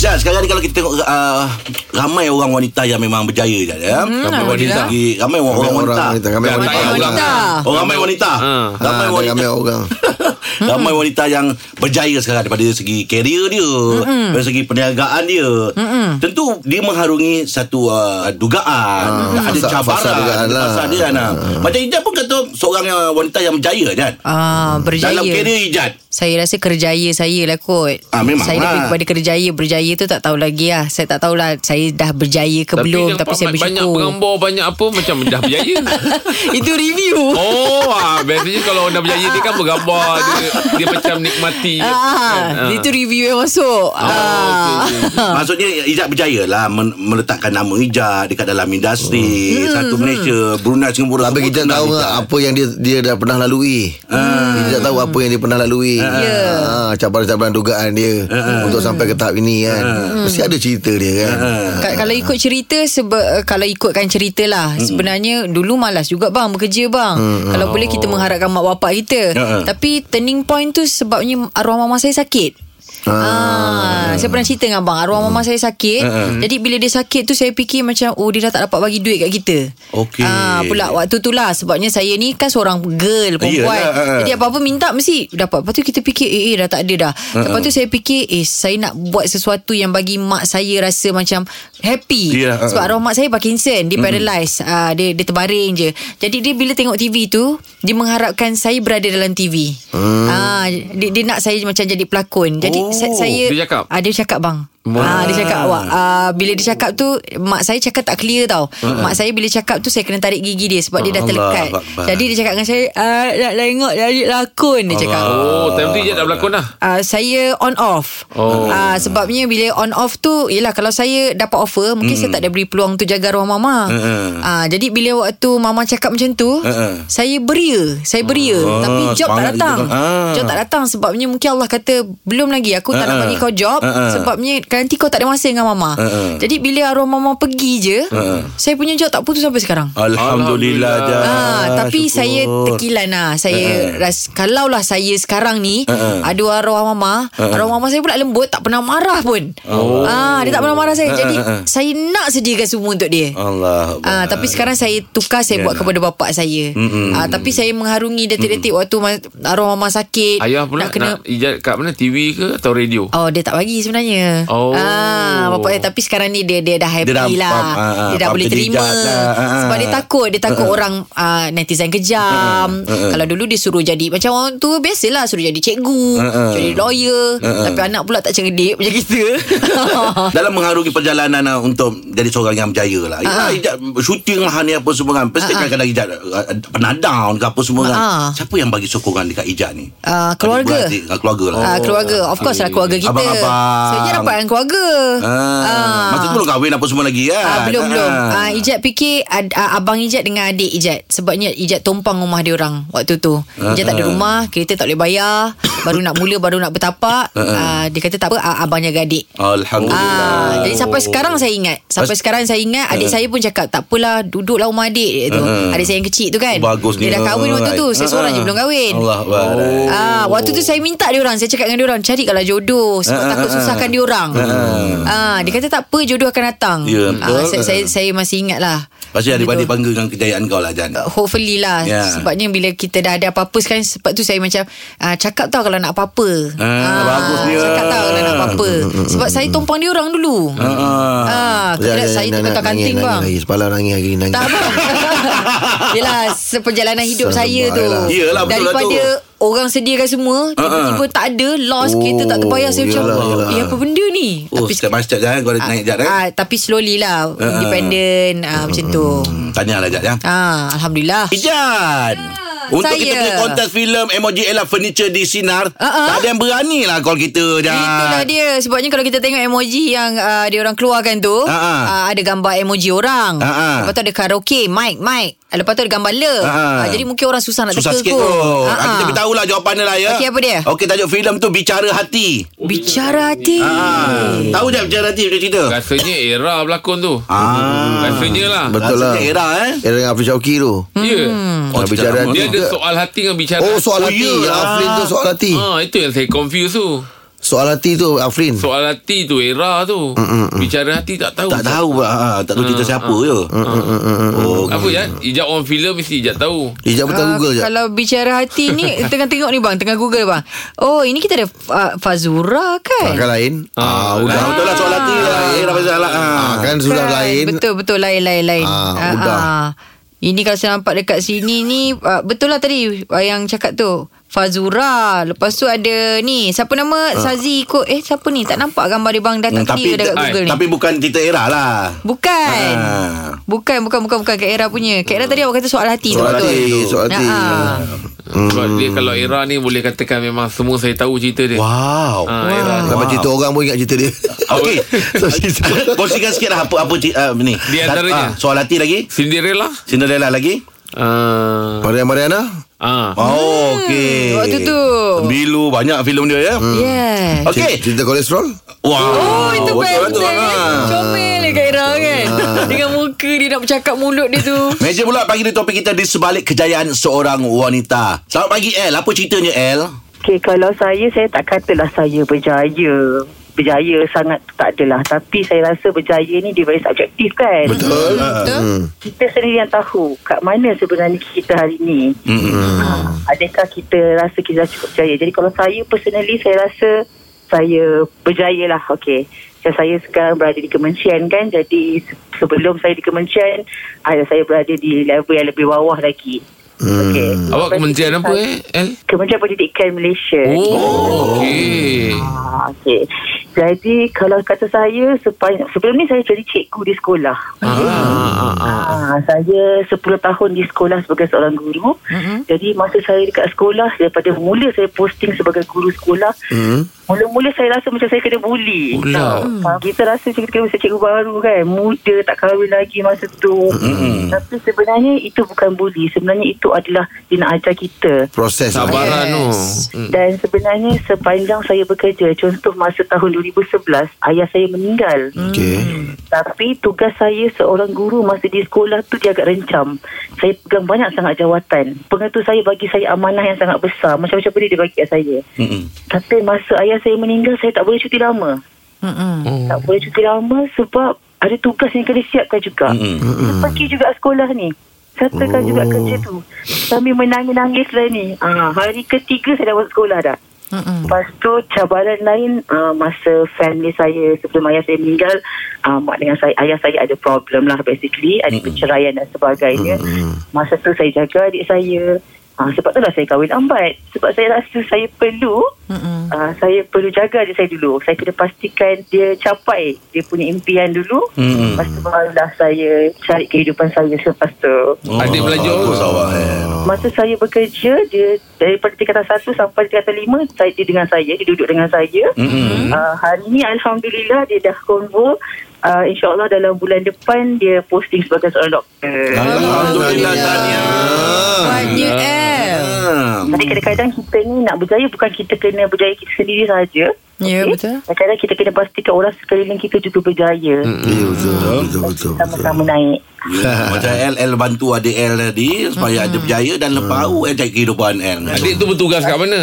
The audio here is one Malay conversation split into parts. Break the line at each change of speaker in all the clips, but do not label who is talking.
Jad, sekarang ni kalau kita tengok uh, ramai orang wanita yang memang berjaya Jad ya.
Ramai wanita.
Lagi- Ramai orang, orang wanita.
Orang wanita. Ramai
Ramai
wanita. orang.
orang wanita.
Orang ramai wanita.
Ha.
Ramai
Ha,
wanita.
ramai orang.
Ramai wanita yang berjaya sekarang daripada segi karier dia, mm dari segi perniagaan dia. Mm-mm. Tentu dia mengharungi satu uh, dugaan,
Ah,
ada
fasa-
cabaran,
fasa dugaan lah.
fasa dia lah. Macam Ijat pun kata seorang yang wanita yang berjaya kan.
Ah, berjaya.
Dalam karier Ijat.
Saya rasa kerjaya saya lah kot
Ah, memang
Saya
lah.
lebih kepada kerjaya Berjaya tu tak tahu lagi lah Saya tak tahulah Saya dah berjaya ke belum
nampak
Tapi saya
ba- Banyak
bersyukur
bergambar Banyak apa Macam dah berjaya
Itu review
Oh ah, Biasanya kalau dah berjaya Dia kan bergambar Dia, dia macam nikmati
Ah,
Kan, ah.
Itu review yang masuk
Oh, okey,
ah.
okey.
Maksudnya Ijat berjaya lah men- meletakkan nama Ijat dekat dalam industri satu Malaysia, Brunei, Singapura.
Tapi
semua
kita
kenal
tahu
Ijat.
tak apa yang dia dia dah pernah lalui. Kita tak tahu apa yang dia pernah lalui.
Ya.
Ha, cabaran-cabaran dugaan dia untuk sampai ke tahap ini kan. Mesti ada cerita dia kan.
Ah.
Ka- Kalau ikut cerita sebe- eh, Kalau ikutkan cerita lah
Hmm.
Sebenarnya Dulu malas juga bang Bekerja bang Kalau boleh kita
Oh.
mengharapkan Mak bapak kita
Mm-mm.
Tapi turning point tu Sebabnya Arwah mama saya sakit Ah, saya pernah cerita dengan abang
Hmm.
Arwah mama saya sakit
Ah,
Jadi bila dia sakit tu Saya fikir macam Oh dia dah tak dapat bagi duit kat kita
Okey.
ah, Pula waktu tu lah Sebabnya saya ni kan Seorang girl Perempuan
Yelah, ah, ah.
Jadi apa-apa minta Mesti dapat Lepas tu kita fikir Eh, eh dah tak ada dah Lepas tu saya fikir Eh saya nak buat sesuatu Yang bagi mak saya Rasa macam Happy
Ya,
Sebab
ah, ah.
arwah mak saya Parkinson
Hmm.
Dia paralyzed uh, dia, dia terbaring je Jadi dia bila tengok TV tu Dia mengharapkan saya berada dalam TV hmm. uh, dia, dia nak saya macam jadi pelakon Jadi
Oh,
sa- saya
dia cakap?
uh, Dia cakap bang Ah, dia cakap awak ah, Bila dia cakap tu Mak saya cakap tak clear tau Mak saya bila cakap tu Saya kena tarik gigi dia Sebab dia dah
Allah
terlekat
Akbar.
Jadi dia cakap dengan saya ah, Nak tengok jadi lakon Dia cakap
Oh time tu Ijat dah berlakon dah
Uh, saya on off
Oh.
uh, Sebabnya bila on off tu Yelah kalau saya dapat offer Mungkin saya tak ada beri peluang tu Jaga ruang mama
Hmm. Mm-mm.
uh, Jadi bila waktu mama cakap macam tu
Mm-mm. Ah,
Saya beria Saya beria Tapi job
semangat
tak datang
gitu kan. Ah.
Job tak datang Sebabnya mungkin Allah kata Belum lagi aku tak nak
Mm-mm.
bagi kau job
Mm-mm.
Sebabnya nanti kau tak ada masa dengan mama
Mm-mm.
Jadi bila arwah mama pergi je
Mm-mm.
Saya punya job tak putus sampai sekarang
Alhamdulillah Jad.
Ah, tapi
Syukur.
saya tekilan lah. Saya ras, kalaulah saya sekarang ni
Uh-uh.
ada arwah mama, arwah mama saya pula lembut tak pernah marah pun. Eh, Oh. eh. Ah, dia tak pernah marah saya. Jadi
Uh-uh.
saya nak sediakan semua untuk dia.
Allah
Ah, tapi sekarang saya tukar saya buat kepada bapak saya. Ah, tapi saya mengharungi detik-detik waktu ma- arwah mama sakit.
Ayah pula nak, kena... nak Ijat kat mana TV ke atau radio
Oh dia tak bagi sebenarnya
Oh.
ah, Bapak dia Tapi sekarang ni Dia dia dah happy
Dia dah
lah
faham, ah, ah,
Dia dah
faham
boleh
kejejak
terima
lah, ah, ah. Ah,
Sebab dia takut Dia takut orang uh, Netizen kejam Kalau dulu dia suruh jadi Macam orang tu Biasalah suruh jadi cikgu
ah.
Jadi lawyer Tapi anak pula tak cerdik Macam kita
dalam mengharungi perjalanan uh, untuk jadi seorang yang berjaya lah. Ya,
Ah.
Ijat syuting lah ni apa semua kan. Pasti kadang-kadang Ijat uh, pernah down ke apa semua kan.
Ah.
Siapa yang bagi sokongan dekat Ijat ni?
Ah, keluarga.
Adik-beradik, ah, keluarga lah.
Ah, keluarga Of course lah keluarga kita
Oh, Abang-abang.
Sebenarnya dapat dengan keluarga
Ah.
Ah.
Masa tu belum kahwin apa semua lagi kan.
Ah, belum belum.
Ah.
Ah, Ijat fikir ad, ah, abang Ijat dengan adik Ijat sebabnya Ijat tumpang rumah dia orang waktu tu. Ijat tak ada
Ah.
rumah, kereta tak boleh bayar, baru nak mula baru nak bertapak. ah, dia kata tak apa, ah, abang jaga adik.
Alhamdulillah.
Ah, jadi sampai sekarang saya ingat. Sampai sekarang saya ingat
Ah.
adik saya pun cakap tak apalah duduklah rumah adik dia tu. Adik saya yang kecil tu kan.
Bagus ni.
dia dah kahwin waktu tu. Saya
Ah,
seorang
ah.
je belum kahwin.
Allah oh.
Ah, waktu tu saya minta dia orang, saya cakap dengan dia orang, carikanlah jodoh sebab
Ah, ah,
takut
ah,
susahkan dia orang. Ah, dia kata tak apa, jodoh akan datang.
Ya, betul.
Ah, saya, saya saya masih ingat lah.
Pasti adik-adik
Betul.
bangga dengan kejayaan kau lah Jan.
Hopefully lah
Ya.
yeah. Sebabnya bila kita dah ada apa-apa sekarang Sebab tu saya macam uh, Cakap tau kalau nak apa-apa
Ah, bagus dia.
Cakap tau kalau nak apa-apa Sebab saya tumpang dia orang dulu
Ah.
Ah,
Jad,
Kemudian
Jad,
saya
Jad,
tu
nangis, nangis,
ketua kanting
nangis
bang
lagi. Semalam nangis hari ni, nangis.
tak apa Yelah Seperjalanan hidup
Sabar
saya tu
Yelah,
lah.
betul lah Ah,
Daripada Orang sediakan semua Tiba-tiba tak ada Loss
Oh,
kereta tak terbayar Saya macam
yelah, yelah.
Eh apa benda ni
Oh, step by step Jan. Kau dah naik Jan eh. Ah,
ah, Tapi slowly lah Independent ah, Macam tu
Hmm.
Tahniah lah Jan ya.
ah, Alhamdulillah
Ijan Untuk
saya.
kita punya kontes filem Emoji Ella Furniture di Sinar
Ah, ah.
Tak ada yang berani lah call kita Jan
Itulah dia Sebabnya kalau kita tengok emoji Yang uh, dia orang keluarkan tu
Ha, ha.
uh, Ada gambar emoji orang
Ha, ha.
Lepas tu ada karaoke Mic mic Lepas tu ada gambar le
Ha, ha.
Ah, Jadi mungkin orang susah nak
Susah
teka
sikit tu
kot.
ha,
Ha, ha.
Kita beritahu lah jawapan dia lah ya
Okey, apa dia?
Okey tajuk filem tu Bicara Hati
Bicara hati Hmm.
ha. Tahu je Bicara Hati macam cerita
Rasanya era berlakon tu
Ah.
Rasanya lah
Betul lah.
Rasanya era eh
Era dengan Afri Syauki tu.
Ya yeah.
Oh,
Hmm.
Bicara
cerita lama
hati.
Dia ada Ada soal hati dengan bicara
Oh soal
Oh,
hati
ya.
Afrin tu soal hati
ha, Itu yang saya confuse tu
Soal hati tu Afrin
Soal hati tu Era tu Bicara hati tak tahu
Tak tahu pula ha, Tak
Ah,
tahu kita siapa je Oh
Apa ya Ijat orang filem Mesti ijat tahu
Ijab betul
Ah,
Google je
Kalau bicara hati ni Tengah tengok ni bang Tengah google bang Oh ini kita ada uh, Fazura kan
Kan lain
Dah
Ah,
Ah,
Udah
betul lah soal hati lah Eh dah pasal lah
Ah, Kan sudah
Kan,
lain
Betul-betul lain-lain-lain
Ah, udah.
Ini kalau saya nampak dekat sini ni uh, Betul lah tadi uh, Yang cakap tu Fazura Lepas tu ada ni Siapa nama Sazi ikut Eh siapa ni Tak nampak gambar dia bang Dah tak
Hmm, Tapi
clear dekat Google ni Kan?
Tapi bukan cerita era lah
Bukan
Ah.
Bukan bukan bukan bukan Kak Era punya Kak Era tadi awak kata soal hati
Soal
tu betul
hati Soal hati
Ah,
Sebab dia kalau era ni Boleh katakan memang Semua saya tahu cerita dia
Wow
ha, Era ni
Sampai cerita orang pun ingat cerita dia
Okey Kongsikan sikit lah Apa-apa uh, ni
Di
Ah,
antaranya.
Soal hati lagi
Cinderella
Cinderella lagi
Ah,
Mariana Mariana
ah.
Oh okey
Hmm, waktu tu.
Bilu banyak filem dia ya
Yeah
Okey
Cerita kolesterol
Wow
Oh itu
Betul
best
tu, ah.
Comel eh Kak Era kan Dengan muka dia nak bercakap mulut dia tu
Meja pula pagi ni topik kita di sebalik kejayaan seorang wanita. Selamat pagi El. Apa ceritanya El?
Okay, kalau saya, saya tak katalah saya berjaya. Berjaya sangat tu tak adalah. Tapi saya rasa berjaya ni dia very subjektif kan.
Betul
Ah.
Betul
Kita sendiri yang tahu kat mana sebenarnya kita hari ni.
Mm-mm.
Ha, adakah kita rasa kita dah cukup berjaya? Jadi kalau saya personally, saya rasa saya berjaya lah. Okay. Macam saya sekarang berada di kementerian kan. Jadi se- sebelum saya di kementerian, ah, saya berada di level yang lebih bawah lagi. Okay.
Awak kementerian apa eh El?
Kementerian Pendidikan Malaysia.
Oh Okey
Ah, Okey. Jadi kalau kata saya sepanjang, sebelum ni saya jadi cikgu di sekolah.
ah, ah, ah, ah.
Ah, saya 10 tahun di sekolah sebagai seorang guru. Mm-hmm. Jadi masa saya dekat sekolah daripada mula saya posting sebagai guru sekolah, mm. mula-mula saya rasa macam saya kena bully.
Pula.
Ah, kita rasa macam kita kena macam cikgu baru kan, muda tak kahwin lagi masa tu. Mm-hmm. Tapi sebenarnya itu bukan bully, sebenarnya itu adalah dia nak ajar kita.
Proses lah.
Sabaran tu
Yes.
Hmm.
Dan sebenarnya sepanjang saya bekerja, contoh masa tahun 2011, ayah saya meninggal. Hmm.
Okey
Tapi tugas saya seorang guru masa di sekolah tu dia agak rencam. Saya pegang banyak sangat jawatan. Pengetu saya bagi saya amanah yang sangat besar. Macam-macam benda dia bagi kat saya.
Mm-mm.
Tapi masa ayah saya meninggal, saya tak boleh cuti lama.
Mm-mm.
Tak boleh cuti lama sebab ada tugas yang kena siapkan juga.
Mm-mm.
Dia pergi juga sekolah ni. Sertakan Hmm. oh. juga kerja tu. Kami menangis-nangis lah ni. Ah, hari ketiga saya dah masuk sekolah dah.
Mm-mm.
Lepas tu cabaran lain uh, masa family saya sebelum ayah saya meninggal uh, mak dengan saya ayah saya ada problem lah basically ada perceraian dan sebagainya. Masa tu saya jaga adik saya. Uh, sebab tu lah saya kahwin ambat sebab saya rasa saya perlu
Mm-mm.
uh, saya perlu jaga adik saya dulu. Saya kena pastikan dia capai dia punya impian dulu.
Mm-mm.
Lepas tu barulah saya cari kehidupan saya selepas tu.
Adik belajar
Bagus awak El.
Masa saya bekerja dia daripada tingkatan satu sampai tingkatan lima saya dia dengan saya dia duduk dengan saya.
Mm-hmm.
Mm-mm.
Uh, hari ni alhamdulillah dia dah konvo uh, insyaallah dalam bulan depan dia posting sebagai seorang doktor.
Ah.
Alhamdulillah Tania.
Ah. Banyak eh
Ah.
Jadi kadang-kadang kita ni nak berjaya bukan kita kena berjaya kita sendiri saja.
Ya,
Okey?
betul.
Kadang-kadang kita kena pastikan orang sekeliling kita juga berjaya.
Ya betul Betul betul betul.
Sama-sama naik.
Ya, Macam El El bantu adik El tadi supaya ada berjaya dan lepas tu El cari kehidupan El.
Adik tu bertugas kat mana?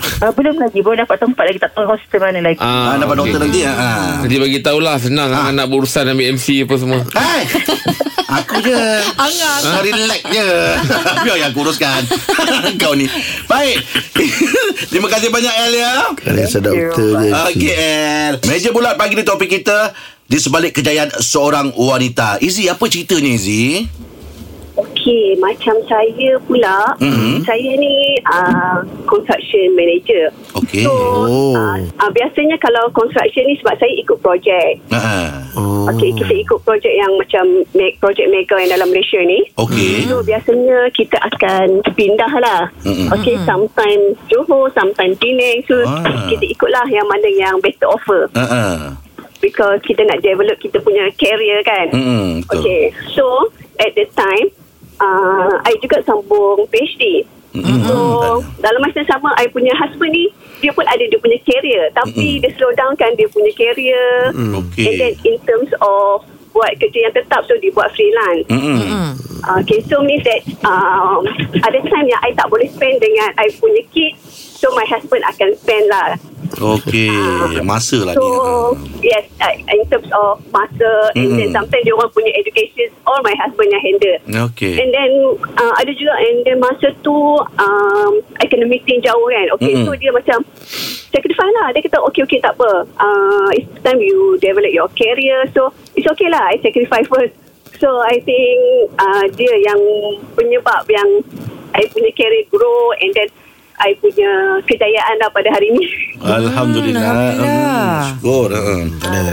Uh, belum lagi Belum dapat tempat lagi Tak tahu hospital mana lagi
Ah, dapat
okey.
doktor nanti ah.
Nanti bagi tahulah senang ah. nak berurusan ambil MC apa semua.
Hai. Aku je
Angang
Ah, relax je Biar yang kuruskan Kau ni Baik Terima kasih banyak El ya
Kalian sedap betul je
Okey El Meja bulat pagi ni topik kita Di sebalik kejayaan seorang wanita Izzy apa ceritanya Izzy?
Okey, macam saya pula,
Mhm.
mm-hmm. saya ni uh, construction manager.
Okey
So,
Oh.
oh. uh, uh, biasanya kalau construction ni sebab saya ikut projek.
Ha.
Oh.
Oh. Okey, kita ikut projek yang macam me- projek mega yang dalam Malaysia ni.
Okey
So, biasanya kita akan pindah lah.
Mhm.
Mm-hmm. Okey, sometimes Johor, sometimes Penang. So,
Ah.
kita ikutlah yang mana yang better offer.
Ha. Ha.
Because kita nak develop kita punya career kan.
Mm-mm, betul.
Okay, so at the time, uh, I juga sambung PhD.
Mm-mm.
So
Mm-hmm.
dalam masa yang sama, I punya husband ni dia pun ada dia punya career, tapi dia slow down kan dia punya career.
Mm.
And then
Okey Mm.
in terms of buat kerja yang tetap, so dia buat freelance.
Mm-mm.
Uh, okay, so means that um, ada time yang I tak boleh spend dengan I punya kid. So my husband akan spend lah.
Okey, masa lah
So
ni.
yes, uh, in terms of masa and then
Mm.
sometimes dia orang punya education all my husband yang handle.
Okey.
And then uh, ada juga and then masa tu um, I kena meeting jauh kan. Okay,
Mm-mm.
so dia macam saya kena fine lah. Dia kata okay okay tak apa. Uh, it's time you develop your career. So it's okay lah. I sacrifice first. So I think uh, dia yang penyebab yang I punya career grow and then I punya kejayaan lah pada hari ni.
Alhamdulillah.
Alhamdulillah.
Hmm, Syukur. Uh.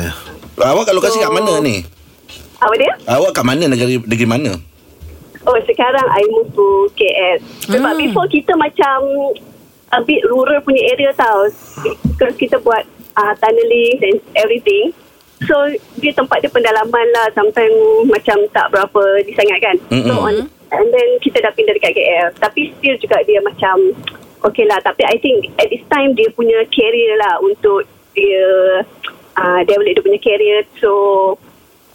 Awak kat lokasi kat mana ni?
Apa dia?
Awak kat mana negeri negeri mana?
Oh sekarang I move to KL Sebab
Hmm.
before kita macam A bit rural punya area tau Because kita buat uh, tunneling and everything So dia tempat dia pendalaman lah Sometimes macam tak berapa disangat kan So
Mm-mm.
on, And then kita dah pindah dekat KL Tapi still juga dia macam Okay lah Tapi I think at this time dia punya career lah Untuk dia uh, Develop dia punya career So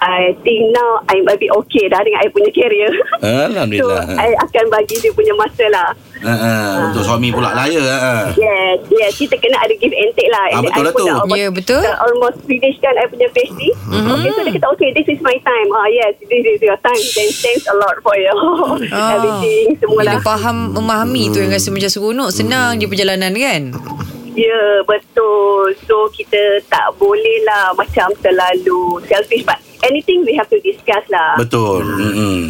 I think now I'm a bit okay dah dengan I punya career So,
Alhamdulillah.
I akan bagi dia punya masa lah.
Ah, ah, untuk suami pula lah ya. ah.
Yes, yes. Kita kena ada give and take lah.
Ah,
And
betul
I
lah
pun
tu.
dah almost-
Ya, betul. Mhm.
dah Almost finish kan I punya PhD. Mm-hmm. Okay, so dia kata, okay, this is my time. Ah, yes, this is your time. Then thanks a lot for your
Oh.
everything. Semua
Bila
lah.
faham memahami tu yang rasa macam seronok, senang je perjalanan kan?
Ya, betul. So, kita tak boleh lah macam terlalu selfish. But anything we have to discuss lah.
Betul. Mm-mm.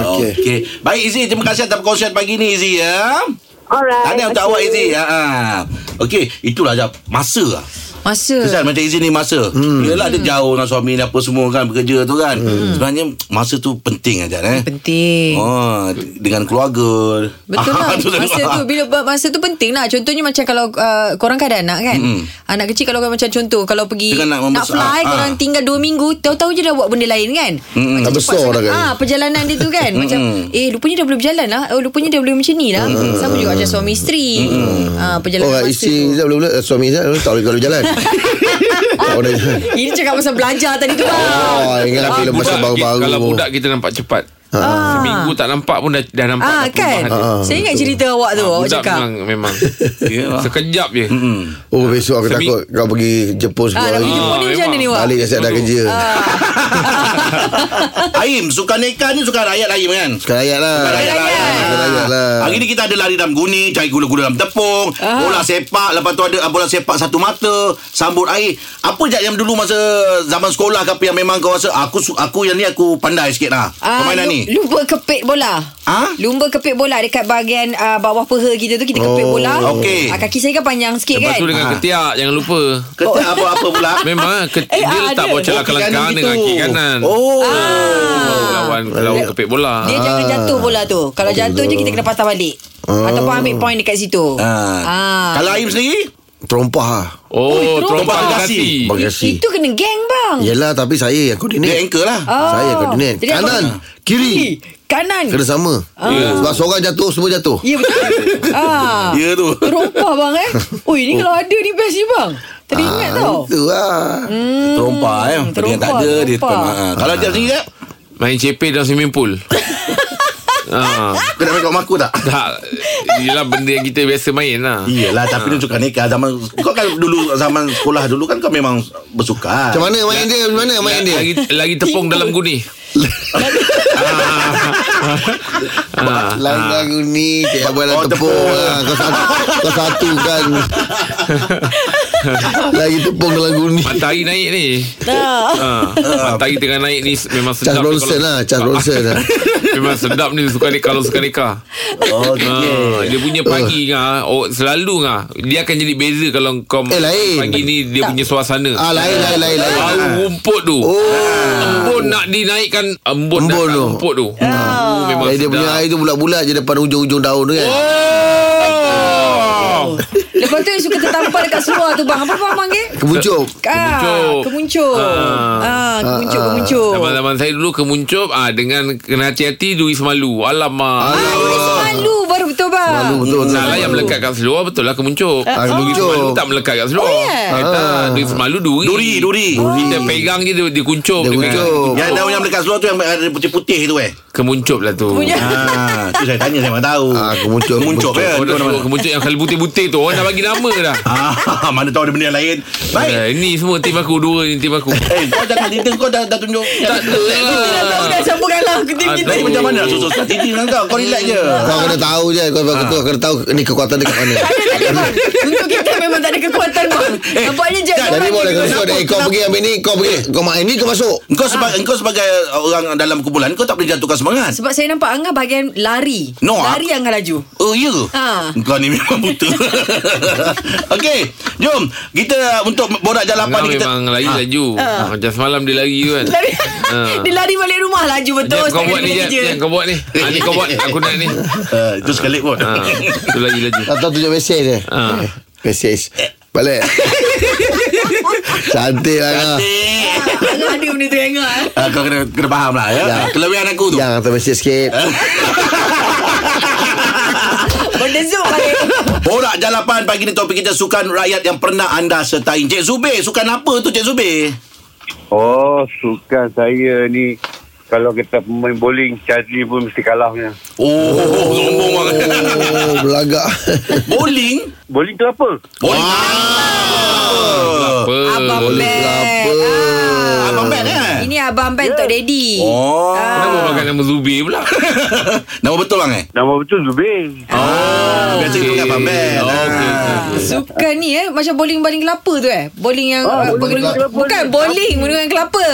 Okey.
Okey. Baik Izzy, terima kasih atas perkongsian pagi ni Izzy ya.
Alright.
Tahniah untuk
okay.
awak Izzy. Ha. ah. Okey, itulah jap masa lah.
Masa.
Kesan macam Izzy ni masa. Hmm. Yalah dia jauh dengan suami dan apa semua kan bekerja tu kan. Hmm. Sebenarnya masa tu penting aja eh.
Penting.
Oh, dengan keluarga.
Betul lah
tu tadi.
Masa tu Bila buat masa tu penting lah Contohnya macam Kalau uh, korang kan ada anak kan mm-hmm. Anak kecil kalau korang macam contoh Kalau pergi
Dengan nak
kan Nak
membesar-
fly
ah.
Korang tinggal 2 minggu Tahu-tahu je dah buat benda lain kan mm-hmm.
Dah besar dah kan.
ah, Perjalanan dia tu kan Macam Eh lupanya dah boleh berjalan lah Oh lupanya dah boleh macam ni lah Sama juga macam suami isteri ah, Perjalanan
Oh,
masa
isteri Izzat boleh-boleh eh, Suami Izzat boleh- tak boleh kalau jalan Tak boleh jalan
tu Ini cakap pasal belajar tadi tu bang
Oh, ingatlah filem masa baru-baru
Kalau budak kita nampak cepat
Ah.
Seminggu tak nampak pun dah, dah nampak
Ah
dah
kan
perubahan dia.
Ah,
Saya ingat
betul.
cerita awak tu Awak
Ah, Budak
cakap
memang, memang
Yalah.
Sekejap je
Oh, besok aku
Semi-
takut Kau pergi Jepun
Ah,
sebulan
dah
lagi
pergi Jepun ni Ah. macam mana ni awak?
Balik asyik dah
Betul.
kerja
Aim, suka nekan ni suka rakyat Aim kan?
Sekarang ayat lah
Rakyat, rakyat.
Sekarang ayat lah
Hari ni kita ada lari dalam guni Cari gula-gula dalam tepung Bola sepak Lepas tu ada ah, bola sepak satu mata Sambut air Apa je yang dulu masa Zaman sekolah ke apa Yang memang kau rasa Aku su- aku yang ni aku pandai sikit lah
Ah,
Permainan
lu-
ni
Lumba kepit bola.
Ha?
Lumba kepit bola dekat bahagian uh, bawah peha kita tu kita kepit
Oh,
bola.
okey.
Ah, kaki saya kan panjang sikit kan.
Lepas tu dengan
Ha.
Ah.
ketiak Jangan lupa
Kata apa-apa pula
Memang ke,
Eh,
Dia
ah,
letak
ada.
buat
Oh,
celah
Kaki
kelangkang
kanan
lah Dengan
gitu.
kaki kanan
Oh
Lawan Lawan kepik bola
Ah. dia jangan jatuh bola tu.
Oh,
Kalau jatuh je kita kena patah balik. Ataupun ambil point dekat situ.
Ah. Kalau Aim sendiri
Terompah lah
terompah
Oh Terompah
gergasi.
gergasi
Terima kasih
Itu kena geng bang.
Yelah tapi saya yang koordinat
Dia anchor lah
Oh.
Saya koordinat
Jadi abang-
Kanan Kiri
Kanan.
Kena sama Ya. Sebab seorang jatuh Semua jatuh
Ya betul. ah.
Ya tu
Terompah bang eh. Oi ni kalau ada ni best ni bang. Teringat tau.
Itu lah
Terompah eh Dia
terompah,
tak ada Dia
terompah.
terompah Ah, Kalau dia sendiri tak
Main CP dalam swimming pool ah,
Kau nak make aku tak
Tak Yelah benda yang kita biasa main lah
Iyalah tapi dia suka nikah zaman kau kan dulu zaman sekolah dulu kan kau memang bersuka.
Macam mana main dia Macam mana main dia
lagi, lagi tepung dalam guni
Ah, Lain lagu ni Cik Abang dah
Oh,
tepung
tepung.
lah. Kau satu Kau satu kan Lagi tepung dalam guni
Matahari naik ni
Ah.
ha, Matahari tengah naik ni Memang sedap
Charles
ni
Bronson
kalau-
lah Charles Bronson lah
Memang sedap ni suka ni kalau suka nikah.
Oh,
Ha, dia punya
Uh.
pagi ngah, oh, selalu ngah. Dia akan jadi beza kalau kau
Eh, lain.
pagi ni dia punya suasana.
Ah lain lain lain Ah. lain
Bau rumput tu. Oh. Embun nak dinaikkan embun,
Embun
embun dah
tu.
tu. rumput tu. Oh, memang
Jadi Eh, dia
sedap.
punya air tu bulat-bulat je Depan ujung-ujung daun tu kan
Oh.
Lepas tu yang suka tertampar dekat seluar tu bang. Apa bang panggil?
Kemuncup
Ah,
Kemuncup.
kemuncup. Ah, kemuncup, kemuncup.
Zaman-zaman saya dulu kemuncup ah dengan kena hati-hati duri semalu. Alamak.
Ah, duri semalu baru betul bang. juga.
Selalu betul betul.
Salah yang melekat kat seluar Betul lah kemuncuk
Ah,
Duri
kemuncuk.
semalu tak melekat kat seluar
Oh, ya?
Eh, tak. Duri semalu duri
Duri, duri.
Kita pegang je dia, dia kuncup
Dia
pegang.
kuncup.
Yang daun yang dekat seluar tu Yang ada putih-putih tu eh
Kemuncup lah tu
Punya.
Ah, tu saya tanya saya memang tahu.
Ah, kemuncup,
Kemuncup
kemuncup.
ya.
Orang Oh, dah
Mana-mana.
sebut kemuncup yang kali butir-butir tu Orang dah bagi nama dah
Ah, mana tahu ada benda yang lain. Baik.
Ah, Ini semua tim aku Dua ni tim aku
Eh, kau dah cerita kau dah dah tunjuk.
Tak ada
Tahu dah
lah
campur kalah ke tim kita.
Baik macam mana nak susul strategi dengan kau? Kau relax je.
Kau kena tahu je Kau ha. kau kena tahu Ni kekuatan dekat mana
Tak ada bang Untuk kita memang tak ada kekuatan bang Nampaknya je
Eh, Jadi boleh kena suruh "Eh, Kau
Kenapa?
pergi ambil ni Kau pergi Kau main ni kau masuk
Engkau sebagai engkau sebagai uh, orang dalam kumpulan kau tak boleh jatuhkan semangat.
Sebab saya nampak Angah bahagian lari
No,
Lari Angah laju
Oh ya ke?
Ha.
Kau ni memang buta Okey Jom Kita untuk borak jalan lapan
Kau
ni kita
memang lari
Ah.
laju Macam semalam dia lari tu kan
Lari
Ah.
Dia lari balik rumah laju betul
Jap, kau
Sekali
buat ni
dia
Jap
kerja.
Jap, kau buat ni ah, Ni kau buat Aku nak ni
Ah, Itu sekali pun
ah, Tu lagi laju
Tak tahu tunjuk mesej dia
Ah.
Mesej Balik Cantik lah Angah.
Eh,
Ah, Angah ada benda tu Angah eh.
ah, Kau kena kena faham lah ya.
Ya.
Kelebihan aku tu
Yang hantar mesej sikit
Benda zoom balik
Borak jalapan pagi ni topik kita sukan rakyat yang pernah anda sertai. Cik Zubir, sukan apa tu Cik Zubir?
Oh, sukan saya ni kalau kita pemain bowling, Chadli pun mesti kalahnya.
Oh, oh sombong banget.
Oh belagak
Bowling?
Bowling tu apa?
Bowling. Oh.
Apa
Abang Ben
Berapa
Ah, Abang Ben eh?
Ini Abang Ben untuk daddy
Oh.
Ah.
Kenapa makan nama Zubir pula
Nama betul bang eh?
Nama betul Zubir.
Oh, biasa
okey.
itu kan Abang Ben.
Oh,
Ah.
Ah. okey, okey, okey.
Sukan ni eh Macam bowling baling kelapa tu eh Bowling yang
Ah,
eh,
bowling
menggunakan-
kelapa.
Bukan bowling Menggunakan kelapa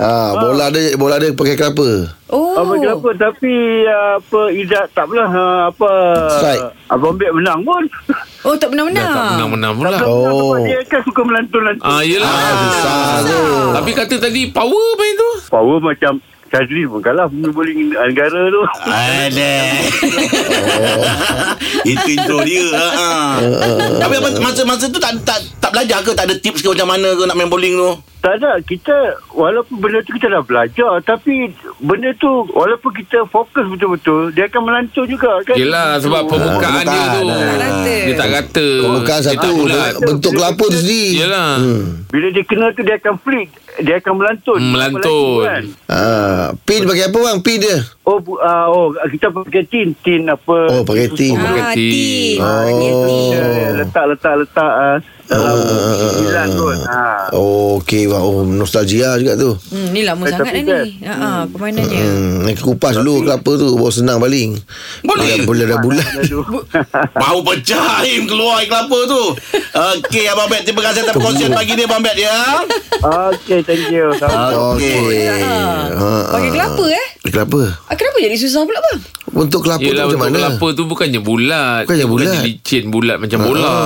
Ah, bola dia bola dia pakai kelapa.
Oh
Apa kenapa tapi ah, apa Izzat tak pernah ah, apa
Strike.
Abang Bek menang pun.
Oh
Ah.
tak
Dah tak
pernah-menang
menang-menang pula
Oh.
Sebab dia kan suka melantun-lantun.
Ah, yelah
Besar tu.
Tapi kata tadi power main tu
Power macam Chadli pun kalah pemain bowling negara tu.
Alah. Itu intro dia. Ha, ha. Tapi abang masa-masa tu tak tak tak belajar ke? Tak ada tips ke macam mana ke nak main bowling tu?
Tak ada kita walaupun benda tu kita dah belajar tapi benda tu walaupun kita fokus betul-betul dia akan melantun juga kan.
Yelah
Ah,
sebab permukaan dia tu
rata.
Dia tak rata
Bukan
Dia tak
satu
bulat
Bentuk kelapa tu sendiri Hmm.
Yelah
Bila dia kena tu dia akan flick, dia akan melantun.
Melantun.
Kan?
ah, Pin pakai apa bang Pin dia
Oh, bu- ah, oh kita pakai tin tin apa? kan?
Oh pakai tin
Ah,
Berkati.
tin.
Oh.
Ah, dia tin.
Eh, letak letak letak ah. Sembilan kot. Ha.
Oh ah, okey bang Oh nostalgia juga tu
Hmm, ni lama
Eh,
sangat dah
tapi kan-
ni. Ha ah, permainannya.
Hmm, nak kupas dulu kelapa tu Baru senang baling
Boleh.
Boleh dah bulan
Bau pecah Im keluar air kelapa tu. Okey Abang Bet terima kasih atas perkongsian pagi ni Abang Bet ya.
Ah, Okay, thank you. Sama-sama.
Okey Ha,
Pakai
ha.
kelapa eh?
Kelapa
Ah, kenapa jadi susah pula bang?
Bentuk kelapa
Yelah
tu
bentuk
macam mana
kelapa tu bukannya bulat
Bukannya bulat. Ah.
Bukannya licin bulat macam bola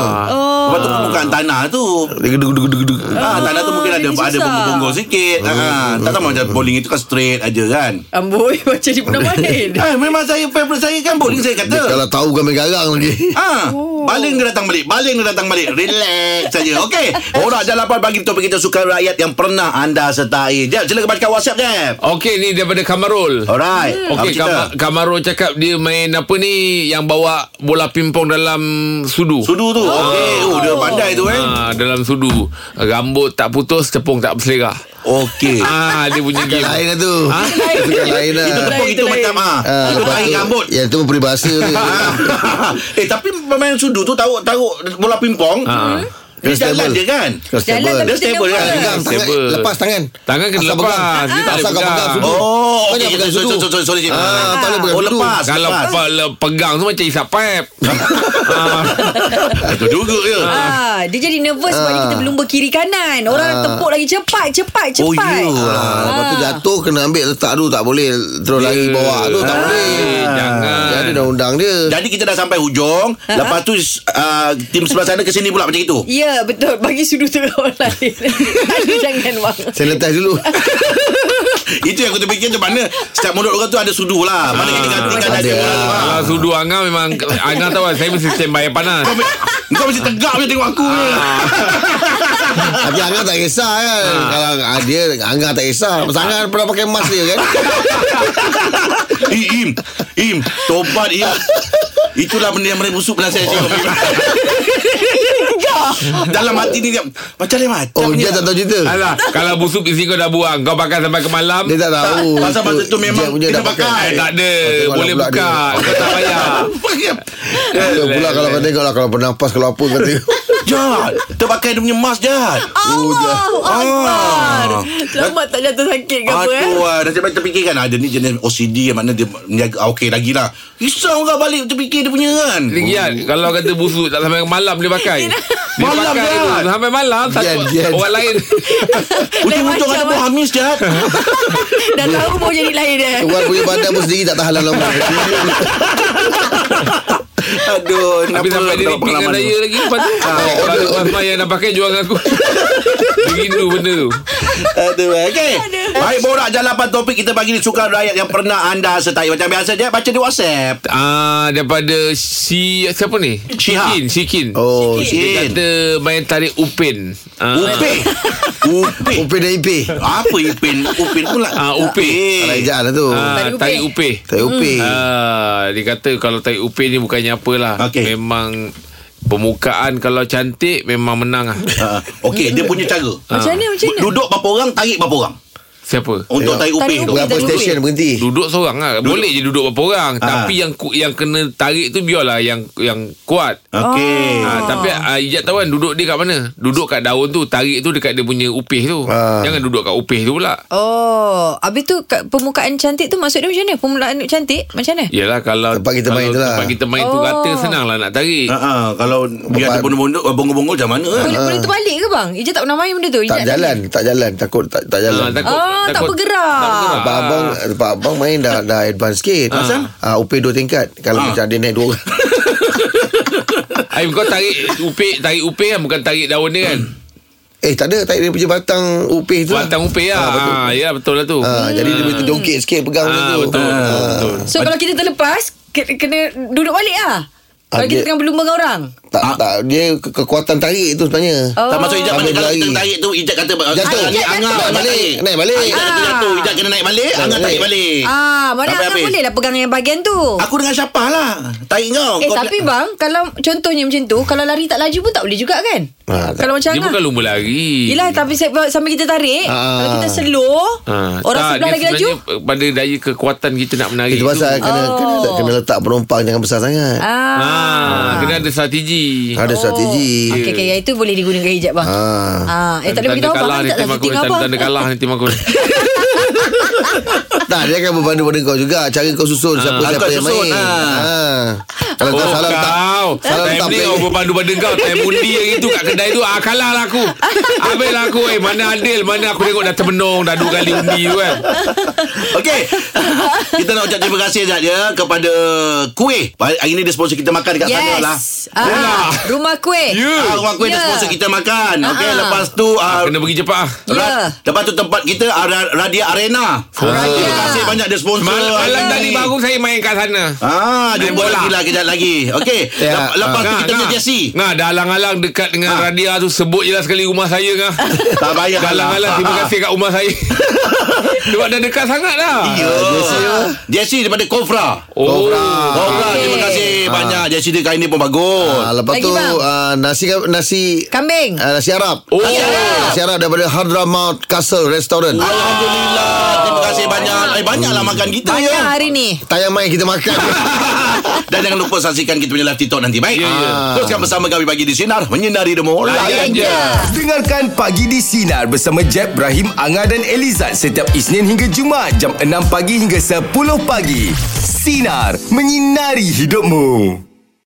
Lepas tu permukaan tanah tu.
Dia gedug gedug gedug
Ah, tanah tu mungkin ada
jadi
ada
susah.
bonggol-bonggol sikit. Ah, tak sama macam bowling itu kan straight aja kan.
Amboi macam di punah main.
Eh, memang saya favorite saya kan bowling saya
Dia
kata.
kalau tahu kami garang lagi
Ah, baling dia datang balik Baling dia datang balik Relax saja Okey Orang jalapan bagi topik kita Sukan rakyat yang pernah anda sertai Jeb sila kebaca WhatsApp Jeb
Okey ni daripada Kamarul
Ah,
Alright Apa
Hmm. Okey,
cerita?
Kam- Kamarul cakap dia main apa ni yang bawa bola pingpong dalam sudu.
Sudu tu Okey oh, Dia
kan
pandai tu eh
Ha, dalam sudu. Rambut tak putus, tepung tak berselera.
Okey
Ah, dia punya
Yang Eh. lain
game. Ah,
lah tu Yang lain lah
Itu tepung itu macam ah.
Ah,
Itu
lepas
air
tu-
rambut.
Yang tu peribahasa tu
Ah.
eh tapi pemain sudu tu taruh taruh bola pingpong.
Ah.
Dia jalan
Stable.
dia kan.
Jalan
Constable
tapi
Dia stable
kena
kan?
Pegang
buat.
tangan, Eh,
Stable.
lepas tangan
Tangan kena
Asal
lepas.
pegang.
Dia tak boleh
Asal kau
pegang.
pegang sudu
Oh,
Kau
okey.
jangan pegang
Sorry,
sudu
sorry, sorry, sorry. Cik.
Ah, tak boleh pegang
Oh,
sudu.
lepas.
Kalau
Kan
lepas.
pe- le- pegang tu macam isap pep. ah,
Itu juga ya.
Ah, dia jadi nervous sebab kita berlumba kiri kanan. Orang tepuk lagi cepat, cepat, cepat.
Oh, ya.
Ah, Lepas tu jatuh Kena ambil letak tu Tak boleh Terus lari
Ya.
bawah tu Tak boleh Ah,
eh,
Jadi
jangan.
dah undang dia
Jadi kita dah sampai hujung. Lepas tu uh, tim sebelah sana ke sini pula macam itu.
Ya, betul. Bagi sudut tu orang lain. Tak ada jangan bang.
Sanitize dulu
Itu yang aku terfikir macam mana setiap mulut orang tu ada sudu lah. Mana kita gantikan
Ah, Ada
ada. orang
lah.
tu, ah.
Kalau sudu Angah memang Angah tahu lah, saya mesti standby air panas.
Kau mesti tegak je tengok aku je.
Ah. Tapi Angah tak kisah kan ha. Kalau ah, dia Angah tak kisah Pasal Angah pernah pakai emas dia kan
Eh, Im Im Tobat Im Itulah benda yang mereka busuk Bila saya cakap Dalam hati ni dia, Macam dia macam
Oh
ni
dia tak tahu cerita
Alah, kalau busuk isi kau dah buang, kau pakai sampai ke malam.
Dia tak tahu
Pasal
Itu
masa tu memang
Jack punya
kita
dah
pakai.
Eh, tak ada.
Oh, tengoklah
Boleh
pula
buka.
dia.
Kau tak payah.
Betul pula kalau kau tengok lah Kalau bernafas Kalau apa kau tengok
Jahat Terpakai dia punya mask jahat
Allahu Akbar
Ah.
Selamat tak jatuh sakit ke apa eh
Aduh, ah, dah sampai terfikirkan ada ni jenis OCD yang mana dia menjaga ah, okey lagi lah. Risau kau balik terfikir dia punya kan.
Lihat, kalau kata busuk tak sampai ke malam dia pakai. Dia
Malam
pakai
jahat.
tu, sampai malam takut
Jan, Jan.
orang lain.
Ujung-ujung
macam
ada
eh.
buah hamis jahat.
Dah tahu mau jadi lain eh
Tuan punya badan pun sendiri Tak tahan lama
Aduh,
Tapi sampai dia repeat dengan saya lagi lepas tu. Orang orang yang dah pakai jual dengan aku. Dia rindu benda tu.
Aduh, eh, okey. Baik, borak jalapan topik kita bagi ni sukan rakyat yang pernah anda sertai. Macam biasa je, baca di WhatsApp.
Ah daripada si siapa ni?
Syiha.
Sikin, Sikin.
Oh
Dia
Sin.
kata main tarik upin. Ah,
Upin. Upin.
Upin dan Ipih
Apa Ipin? Upin pula.
Ah, Upin.
Kalau ejaan lah tu
ah,
Tarik upin.
tarik
Tak
upin.
Upin
Ah, dia kata kalau tarik upin ni bukannya apalah.
Okey.
Memang permukaan kalau cantik memang menang ah.
Ah, Okey, dia punya cara.
Macam mana macam mana
Duduk berapa orang, tarik berapa orang.
Siapa?
Oh.
Untuk tarik
Tarik
Upin tu.
Upin.
Berapa
Upin.
stesen berhenti
Duduk seorang lah Boleh je duduk berapa orang
Ah.
Tapi yang ku- yang kena tarik tu Biarlah yang yang kuat
Okey.
Ah, tapi uh, Ijat tahu kan duduk dia kat mana? Duduk kat daun tu, tarik tu dekat dia punya upih tu.
Ah.
Jangan duduk kat upih tu pula.
Oh Habis tu kat- Permukaan cantik tu Maksud dia macam mana Permukaan cantik Macam mana
Yalah kalau
Tempat kita
kalau
main tu lah. Ah,
Tempat kita main tu
Oh.
rata senang lah nak tarik.
Ha, ha, kalau dia ada bondok-bondok, bonggol-bonggol macam mana kan?
Boleh, boleh terbalik ke bang Ijat tak pernah main benda tu
Tak
Ijat
jalan Tak jalan Takut tak, tak
Ah,
jalan
takut, Ah.
Oh, tak bergerak.
Pak abang Pak abang main dah Dah advance sikit Pasal uh, Upin dua tingkat Kalau macam dia naik dua orang
Aim kau tarik upih, tarik upih kan bukan tarik daun dia kan.
Eh tak ada Tak ada dia punya batang Upin tu lah.
Batang upih lah.
Ah, betul.
Ah, yalah betul lah tu.
Ah, Jadi dia boleh terjongkit sikit Pegang macam tu
Ah, betul, betul,
Ah.
betul.
So kalau kita terlepas ke- Kena duduk balik lah
Ah,
Kalau kita
dia-
tengah berlumba dengan orang
Tak, tak Dia ke- kekuatan tarik tu sebenarnya
Oh.
Tak masuk Ijat
Sambil
mana kalau
berlari.
kita tarik tu Ijat kata
Jatuh.
Angah,
Ijat
Angah
jatuh.
Angah
Balik,
tarik.
naik balik.
Ah, Ijat kata
Ah.
jatuh Ijat kena naik balik Angah tarik balik
Eh,
Ah, mana
Sampai
Angah
habis.
boleh lah pegang yang bahagian tu
Aku dengan Syapah lah Tarik kau
Eh
Kau-
tapi bang Kalau contohnya macam tu Kalau lari tak laju pun tak boleh juga kan
Ah, tak-
Kalau macam
Dia bukan
Angah
lumba lari.
Yelah tapi se- sambil kita tarik
Ah.
Kalau kita slow
Ah,
Orang
tak,
sebelah
dia
lagi laju
sebenarnya eh, Pada daya kekuatan kita nak menari
Itu pasal
tu.
kena, kena,
Oh.
kena letak penumpang Jangan besar sangat
Ah, kena ada strategi.
Ada strategi
Oh. Okey okey itu boleh digunakan hijab bang.
Ah.
Ah, eh tak boleh
Tanda
beritahu
kalah
bang tak
ni
tak
tim aku
setting
Tanda
abang.
tanda kalah ni tim aku
Tak dia akan berpandu pada kau juga Cara kau susun Siapa
Ah,
siapa
kau
yang
susun,
main
ah.
Ah. Kalau
Oh
kau
salah
salah letak
kau
salah
Time
letak
ni
play.
kau berpandu pada kau Time undi yang itu kat kedai tu ah, Kalah lah aku Habis lah aku eh, Mana adil Mana aku tengok dah termenung Dah dua kali undi tu kan
Okey Kita nak ucap terima kasih Ijat ya Kepada Kuih Hari ini dia sponsor kita makan Dekat sana lah
Yes. Ah, ah, rumah kuih.
Ah, Rumah Kuih dia
Ya.
sponsor kita makan Okey
Ah, ah.
lepas tu ah,
Kena pergi cepat ah.
Ya.
Ra- Lepas tu tempat kita ah, Ra- Radia Arena Terima kasih banyak dia sponsor
Malam, malam
hari
tadi
ni.
baru saya main kat sana
Ah, dia
Main
buat
bola. kan,
lagi lah kejap lagi. Okey.
Ya.
Lep- Lepas tu kita punya Jesse.
Nah, dah alang-alang dekat dengan
Ah.
Radia tu Sebut je lah sekali rumah saya ngah.
Tak payah.
Dah alang-alang terima
Ah, ah.
kasih kat rumah saya Sebab dah dekat sangat lah
Ya. Jesse daripada Kofra.
Oh,
Kofra, terima kasih banyak. Jesse dia kali ni pun bagus.
Ah, Lepas
Lagi,
tu
bang.
ah, Nasi Nasi
Kambing.
ah, Nasi Arab
Oh.
Nasi Arab daripada Hadramaut Castle Restaurant
Oh. Alhamdulillah. Terima kasih banyak. Eh, banyaklah makan kita ya.
Banyak hari ni.
Tayang main kita makan
Dan jangan lupa saksikan kita punya live TikTok nanti. Baik.
ya.
Teruskan bersama kami bagi di Sinar. Menyinari demo.
Layan je.
Dengarkan Pagi di Sinar bersama Jeb, Ibrahim, Anga dan Elizad setiap Isnin hingga Jumaat jam 6 pagi hingga 10 pagi. Sinar. Menyinari hidupmu.